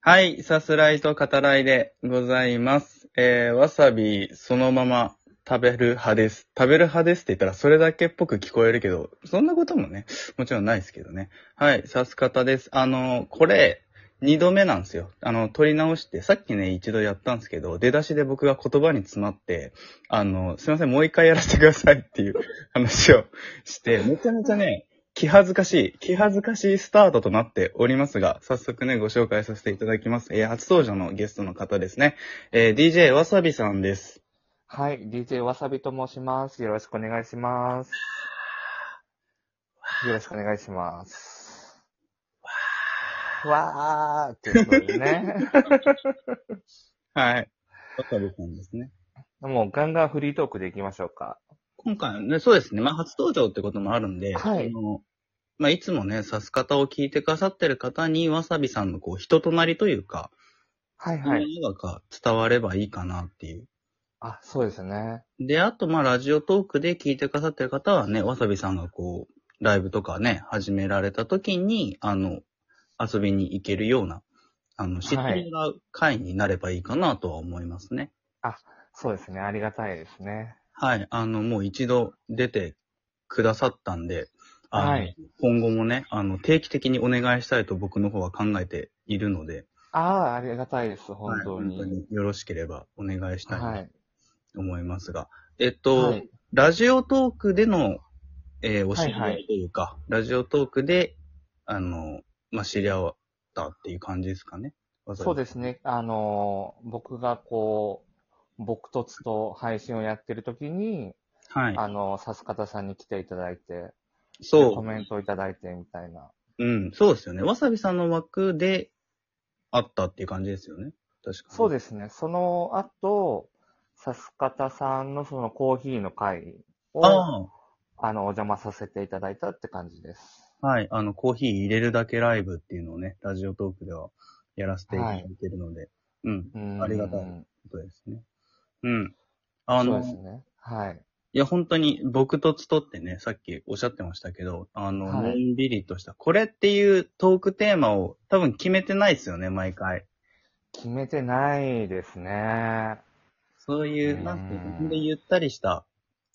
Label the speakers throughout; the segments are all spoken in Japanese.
Speaker 1: はい、さすらいと語らいでございます。えー、わさびそのまま食べる派です。食べる派ですって言ったらそれだけっぽく聞こえるけど、そんなこともね、もちろんないですけどね。はい、さす方です。あの、これ、二度目なんですよ。あの、撮り直して、さっきね、一度やったんですけど、出だしで僕が言葉に詰まって、あの、すいません、もう一回やらせてくださいっていう話をして、めちゃめちゃね、気恥ずかしい、気恥ずかしいスタートとなっておりますが、早速ね、ご紹介させていただきます。えー初登場のゲストの方ですね。えー DJ わさびさんです。
Speaker 2: はい、DJ わさびと申します。よろしくお願いします。よろしくお願いします。わーっていうことでね。
Speaker 1: はい。わさびさんですね。
Speaker 2: もうガンガンフリートークでいきましょうか。
Speaker 1: 今回ね、そうですね、まあ初登場ってこともあるんで、
Speaker 2: はい
Speaker 1: あの、まあいつもね、指す方を聞いてくださってる方に、わさびさんのこう、人となりというか、
Speaker 2: はいは。
Speaker 1: はいい。が伝わればいいかなっていう。
Speaker 2: あ、そうですね。
Speaker 1: で、あと、まあ、ラジオトークで聞いてくださってる方はね、わさびさんがこう、ライブとかね、始められた時に、あの、遊びに行けるような、あの、知ってもらう会になればいいかなとは思いますね。
Speaker 2: そうですね。ありがたいですね。
Speaker 1: はい。あの、もう一度出てくださったんで、あの
Speaker 2: はい
Speaker 1: 今後もね、あの、定期的にお願いしたいと僕の方は考えているので、
Speaker 2: あー、ありがたいです。本当に。
Speaker 1: はい本よろしければお願いした
Speaker 2: はいい。
Speaker 1: と思いますが、えっと、
Speaker 2: はい
Speaker 1: ラジオトークでの、えーお知り
Speaker 2: は
Speaker 1: 合
Speaker 2: いはい
Speaker 1: いというか、ラジオトークで、あの、まあ、知り合ったっていう感じですかね。
Speaker 2: そうです。ね。あのー僕がこう、僕とつと配信をやってる時に、
Speaker 1: はい。
Speaker 2: あのー、さす方さんに来ていただいて、コ
Speaker 1: そ
Speaker 2: メントをいただいてみたいな。
Speaker 1: う。うん、そうですよね。わさびさんの枠で会ったっていう感じですよね。確かに。
Speaker 2: そう
Speaker 1: で
Speaker 2: ですね。その後、さす方さんのそのコーヒーの会を、あ
Speaker 1: あ
Speaker 2: の、お邪魔させていただいたって感じです。
Speaker 1: あ、はい。あの、コーヒー入れるだけライブっていうのをね、ラジオトークではやらせていただいてるので、うん、
Speaker 2: うーん
Speaker 1: ありがたいことですね。うん。あ
Speaker 2: そう
Speaker 1: の、
Speaker 2: ですね。はい。
Speaker 1: いや、本当に僕とつとってね、さっきおっしゃってましたけど、あの、
Speaker 2: はい
Speaker 1: のんびりとした、これっていうトークテーマを多分決めてないですよね、毎回。
Speaker 2: 決めてないですね。
Speaker 1: そういうう、
Speaker 2: ん
Speaker 1: なんていうか、ほんでゆったりした、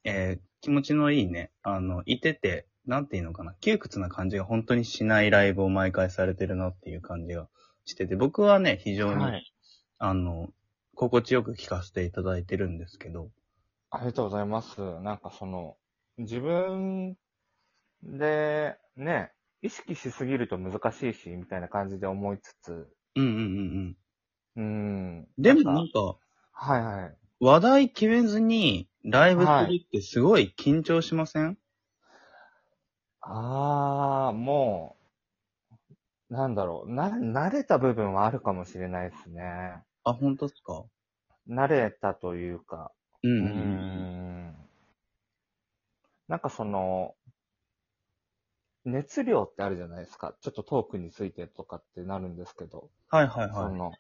Speaker 1: えー気持ちのいいね、あの、いてて、なんていうのかな、窮屈な感じが本当にしないライブを毎回されてるなっていう感じがしてて、僕はね、非常に、
Speaker 2: はい。
Speaker 1: あの、心地よく聞かせていただいてるんですけど、
Speaker 2: ありがとうございます。なんかその、自分で、ね、意識しすぎると難しいし、みたいな感じで思いつつ、
Speaker 1: うんうんうんうん。
Speaker 2: うーん。
Speaker 1: でも
Speaker 2: な
Speaker 1: なんん
Speaker 2: か
Speaker 1: か、
Speaker 2: はいはい。
Speaker 1: 話題決めずにライブするってすごい緊張しません、
Speaker 2: ああ、もう、なんだろう、な、慣れた部分はあるかもしれないですね。
Speaker 1: あ、本当ですか
Speaker 2: 慣れたというか、
Speaker 1: うん
Speaker 2: う
Speaker 1: うん
Speaker 2: ー
Speaker 1: うん。
Speaker 2: ん。なんかその、熱量ってあるじゃないですか。ちょっとトークについてとかってなるんですけど、
Speaker 1: はいはい
Speaker 2: そ
Speaker 1: はい。
Speaker 2: の、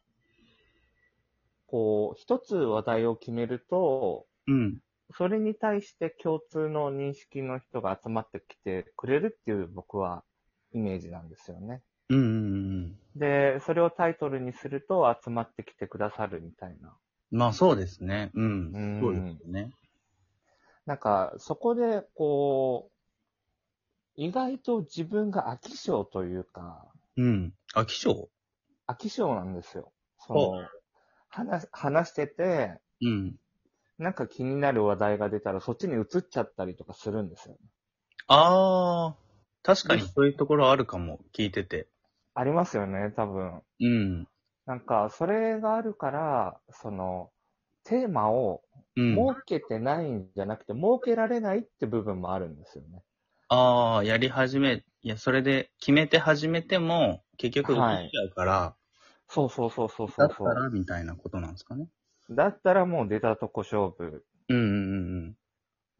Speaker 2: こう、一つ話題を決めると、
Speaker 1: うん。
Speaker 2: それに対して共通の認識の人が集まってきてくれるっていう僕はイメージなんですよね。
Speaker 1: うんうんうん。
Speaker 2: で、それをタイトルにすると集まってきてくださるみたいな。
Speaker 1: まあそうですね。うん。
Speaker 2: うん
Speaker 1: そうですね。
Speaker 2: なんか、そこで、こう、意外と自分が飽き性というか、
Speaker 1: うん。飽き性
Speaker 2: 飽き性なんですよ。その、話、話してて、
Speaker 1: うん。
Speaker 2: なんか気になる話題が出たらそっちに移っちゃったりとかするんですよ。
Speaker 1: ああ、確かにそういうところあるかも、聞いてて。
Speaker 2: ありますよね、多分。
Speaker 1: うん。
Speaker 2: なんか、それがあるから、その、テーマを
Speaker 1: うん。
Speaker 2: 設けてないんじゃなくて、設けられないって部分もあるんですよね。
Speaker 1: ああ、やり始め、いや、それで決めて始めても、結局映っちゃうから、
Speaker 2: そうそうそうそうそ
Speaker 1: だ
Speaker 2: う
Speaker 1: った
Speaker 2: そう。
Speaker 1: ら、みたいなことなんですかね。
Speaker 2: だったらもう出たとこ勝負、
Speaker 1: うんうん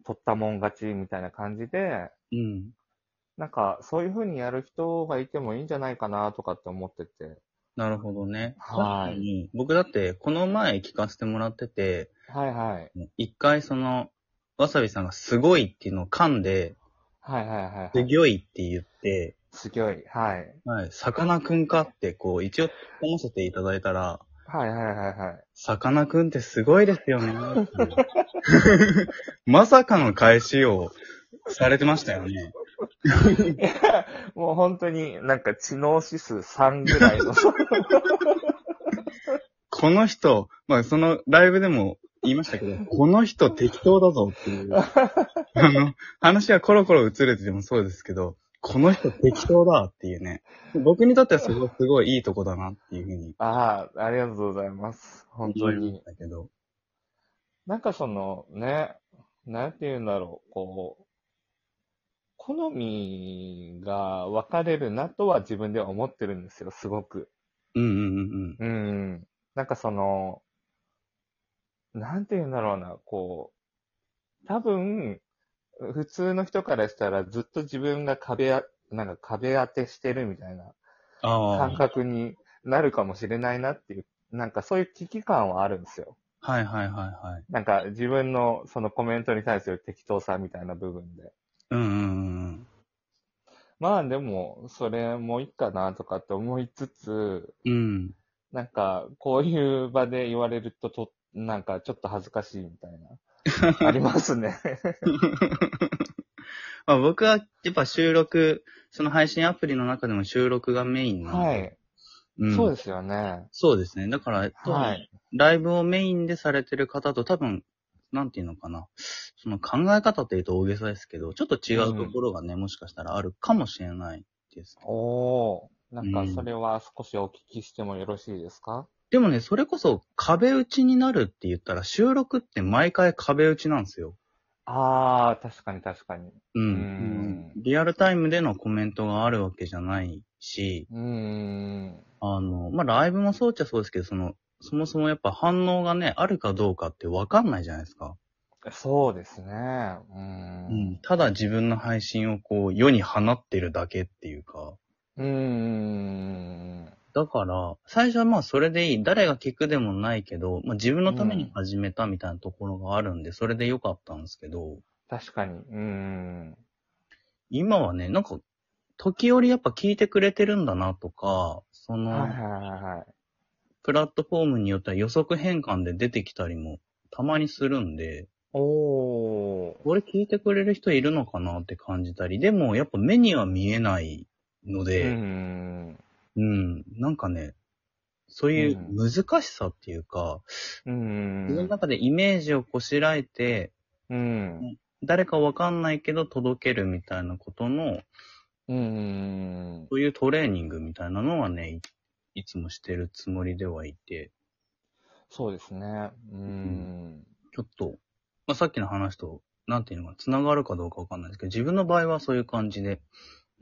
Speaker 2: 取ったもん勝ちみたいな感じで、
Speaker 1: うんうん。うん。
Speaker 2: なんかそういう風にやる人がいてもいいんじゃないかなとかって思ってて。
Speaker 1: なるほどね。
Speaker 2: はい
Speaker 1: 確かに。僕だって、この前聞かせてもらってて、
Speaker 2: はいはい。
Speaker 1: 一回その、わさびさんがすごいっていうのを噛んで、
Speaker 2: はいはいはい、は
Speaker 1: す
Speaker 2: い。
Speaker 1: ギョいって言って、
Speaker 2: すギョい。はい。
Speaker 1: はい、さかなクンかって、こう、一応、思わせていただいたら、
Speaker 2: はいはいはいはい。
Speaker 1: さかなクンってすごいですよね。 まさかの返しをされてましたよね。
Speaker 2: もう本当になんか知能指数3ぐらいの。
Speaker 1: この人、まあそのライブでも言いましたけど、この人適当だぞって いう。あの、話はコロコロ移れててもそうですけど、この人適当だっていうね。僕にとってはそこすごいいいとこだなっていうふうに
Speaker 2: ああ、ありがとうございます。本当
Speaker 1: 思いま
Speaker 2: に
Speaker 1: し。たけど。
Speaker 2: なんかそのね、なんて言うんだろう、こう、好みが分かれるなとは自分では思ってるんですよ、すごく。
Speaker 1: うんうんうん
Speaker 2: うん。なんかその、なんて言うんだろうな、こう、多分、普通の人からしたらずっと自分が壁あ、なんか壁当てしてるみたいな
Speaker 1: うん。あ
Speaker 2: 感覚になるかもしれないなっていう、なんかそういう危機感はあるんですよ。
Speaker 1: あ。はいはいはいはい。
Speaker 2: なんか自分のそのコメントに対する適当さみたいな部分で。
Speaker 1: うんうんうん
Speaker 2: まあでも、それもいいかなとかって思いつつ、
Speaker 1: うん。うん。
Speaker 2: なんかこういう場で言われるとと、なんかちょっと恥ずかしいみたい な、ありますね。
Speaker 1: まあ、僕はやっぱ収録、その配信アプリの中でも収録がメインなの
Speaker 2: は
Speaker 1: で、
Speaker 2: い、
Speaker 1: うん、
Speaker 2: そう
Speaker 1: です。
Speaker 2: ですよね。
Speaker 1: そうですね。だから、
Speaker 2: はい。
Speaker 1: ライブをメインでされてる方と多分、なんていうのかな。その考え方って言うと大げさですけど、ちょっと違うところがね、もしかしたらあるかもしれないです。
Speaker 2: おー、なん
Speaker 1: う
Speaker 2: か
Speaker 1: ん
Speaker 2: それは少しお聞きしてもよろしいですか、
Speaker 1: でもね、それこそ壁打ちになるって言ったら、収録って毎回壁打ちなんですよ。
Speaker 2: あー、確かに確かに。
Speaker 1: うん。
Speaker 2: うん
Speaker 1: リアルタイムでのコメントがあるわけじゃないし、
Speaker 2: うーん。
Speaker 1: あの、まあ、ライブもそうっちゃそうですけど、その、そもそもやっぱ反応がね、あるかどうかってわかんないじゃないですか。
Speaker 2: そうですね。うーん。
Speaker 1: うん。ただ自分の配信をこう、世に放ってるだけっていうか。
Speaker 2: うーん。
Speaker 1: だから、最初はまあそれでいい。誰が聞くでもないけど、まあ自分のために始めたみたいなところがあるんで、それで良かったんですけど、
Speaker 2: 確かに。うーん。
Speaker 1: 今はね、なんか、時折やっぱ聞いてくれてるんだなとか、そ
Speaker 2: はいはい
Speaker 1: の、
Speaker 2: はいはい。
Speaker 1: プラットフォームによっては予測変換で出てきたりも、たまにするんで、
Speaker 2: おー。
Speaker 1: これ聞いてくれる人いるのかなって感じたり、でもやっぱ目には見えないの
Speaker 2: うー
Speaker 1: で、
Speaker 2: ん。
Speaker 1: うん、なんかね、そういう難しさっていうか、
Speaker 2: うーん。
Speaker 1: 自分の中でイメージをこしらえて、
Speaker 2: うん。
Speaker 1: 誰かわかんないけど届けるみたいなことの、
Speaker 2: うーん。
Speaker 1: そういうトレーニングみたいなのはね、いいつもしてるつもりではいて、
Speaker 2: そうですね。うーん。
Speaker 1: ちょっと、まあ、さっきの話と、なんていうのか、繋がるかどうかわかんないですけど、自分の場合はそういう感じで、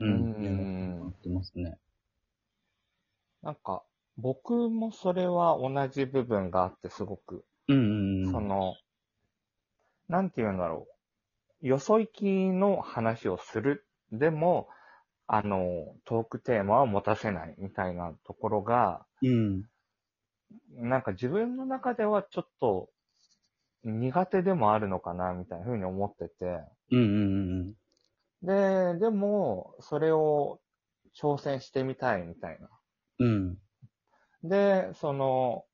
Speaker 1: う
Speaker 2: う
Speaker 1: ん、
Speaker 2: ん
Speaker 1: やってますね。
Speaker 2: なんか、僕もそれは同じ部分があって、すごく。
Speaker 1: うんうんうん。
Speaker 2: その、なんて言うんだろう。よそ行きの話をする。でも、あの、トークテーマは持たせないみたいなところが、
Speaker 1: うん。
Speaker 2: なんか自分の中ではちょっと苦手でもあるのかな、みたいな風に思ってて。
Speaker 1: うんうん
Speaker 2: で、でも、それを挑戦してみたい、みたいな。
Speaker 1: うん。うん。
Speaker 2: で、その、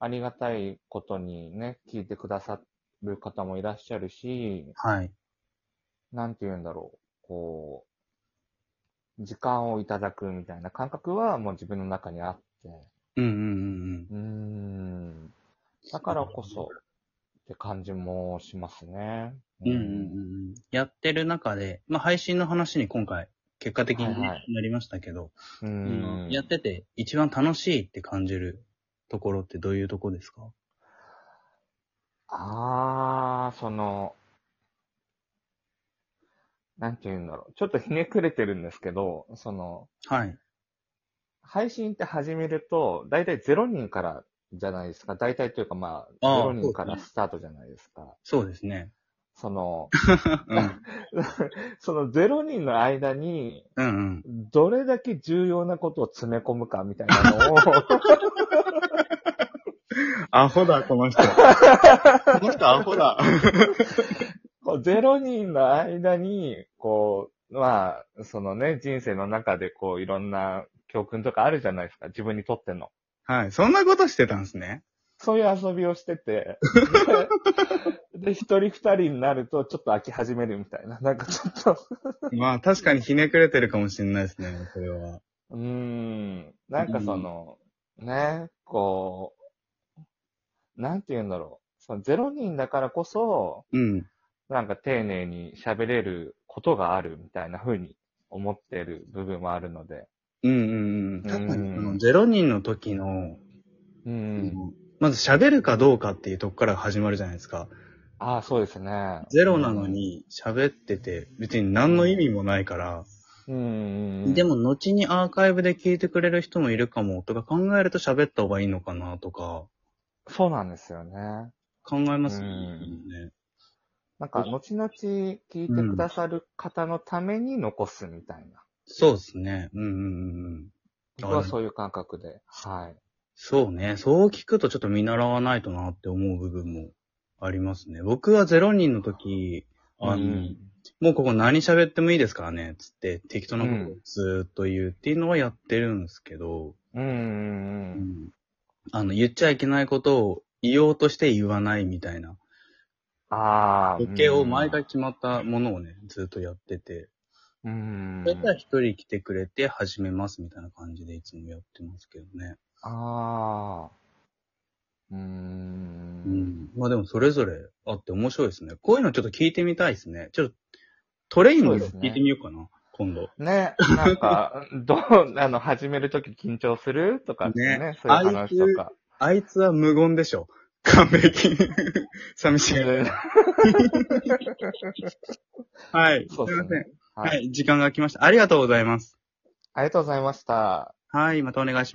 Speaker 2: ありがたいことにね、聞いてくださる方もいらっしゃるし、
Speaker 1: はい。
Speaker 2: なんて言うんだろう、こう、時間をいただくみたいな感覚はもう自分の中にあって、
Speaker 1: うんうんうんうん。
Speaker 2: うーん、だからこそって感じもしますね。
Speaker 1: うんうんうんうんやってる中で、まあ、配信の話に今回、結果的に
Speaker 2: はいは
Speaker 1: ないりましたけど、
Speaker 2: う
Speaker 1: うんんやってて一番楽しいって感じるところってどういうとこですか
Speaker 2: あー、その、なんて言うんだろう。ちょっとひねくれてるんですけど、その、
Speaker 1: はい。
Speaker 2: 配信って始めると、だいたい0人からじゃないですか。だいたいというかまあ、
Speaker 1: あー
Speaker 2: 0人からスタートじゃないですか。
Speaker 1: そうですね。
Speaker 2: その、
Speaker 1: うん。
Speaker 2: その0人の間に、
Speaker 1: うんうん。
Speaker 2: どれだけ重要なことを詰め込むかみたいなのを、
Speaker 1: アホだ、この 人。この人アホだ。
Speaker 2: こう0人の間に、こまあ、そのね、人生の中でこう、いろんな教訓とかあるじゃないですか、自分にとっての。
Speaker 1: はい。そんなことしてたんです ね。
Speaker 2: そういう遊びをしてて、で、で一人二人になると、ちょっと飽き始めるみたいな。なんかちょっと、
Speaker 1: まあ確かにひねくれてるかもしれないですね、それは。
Speaker 2: うーん、なんかその、ね、こう、なんて言うんだろう。その0人だからこそ、
Speaker 1: うん。
Speaker 2: なんか丁寧に喋れることがあるみたいな風に思ってる部分はあるので。
Speaker 1: うんうんうん。確かに、
Speaker 2: うん
Speaker 1: この0人の時の、
Speaker 2: うん。
Speaker 1: まず喋るかどうかっていうとこから始まるじゃないですか。
Speaker 2: ああ、そうですね。
Speaker 1: ゼロなの。に喋ってて、別に何の意味もないから、
Speaker 2: うんうんうん。
Speaker 1: でも後にアーカイブで聞いてくれる人もいるかもとか考えると喋った方がいいのかなとか、
Speaker 2: そうなんですよね。
Speaker 1: 考えますよ
Speaker 2: うん
Speaker 1: ね。
Speaker 2: なんか、後々聞いてくださる方のために残すみたいな。
Speaker 1: そうですね。うんうんうんうん。
Speaker 2: 僕はそういう感覚で。はい。
Speaker 1: そうね。そう聞くとちょっと見習わないとなって思う部分もありますね。僕はゼロ人の時、あの、
Speaker 2: うん
Speaker 1: もうここ何喋ってもいいですからね、つって適当なことをずーっと言うっていうのはやってるんですけど、
Speaker 2: うんうんうん。
Speaker 1: あの、言っちゃいけないことを言おうとして言わないみたいな、
Speaker 2: ああ。
Speaker 1: 時計を毎回決まったものをね、ずっとやってて、
Speaker 2: うん。
Speaker 1: それから一人来てくれて始めますみたいな感じでいつもやってますけどね。
Speaker 2: ああ。う
Speaker 1: う
Speaker 2: ー。
Speaker 1: んん。まあでもそれぞれあって面白いですね。こういうのちょっと聞いてみたいですね。ちょっとトレインを
Speaker 2: そうです
Speaker 1: 聞
Speaker 2: ね
Speaker 1: いてみようかな、今度。
Speaker 2: ね、なん か、どう、あの、始めるとき緊張するとかね
Speaker 1: ね
Speaker 2: そういう話とか。
Speaker 1: あいつは無言でしょ。 完璧。 寂しい。 はい。すいま
Speaker 2: そう
Speaker 1: せ
Speaker 2: です
Speaker 1: ん、
Speaker 2: ね。
Speaker 1: は
Speaker 2: はい
Speaker 1: い。時間が来ました。ありがとうございます。
Speaker 2: ありがとうございました。
Speaker 1: はい。またお願いします。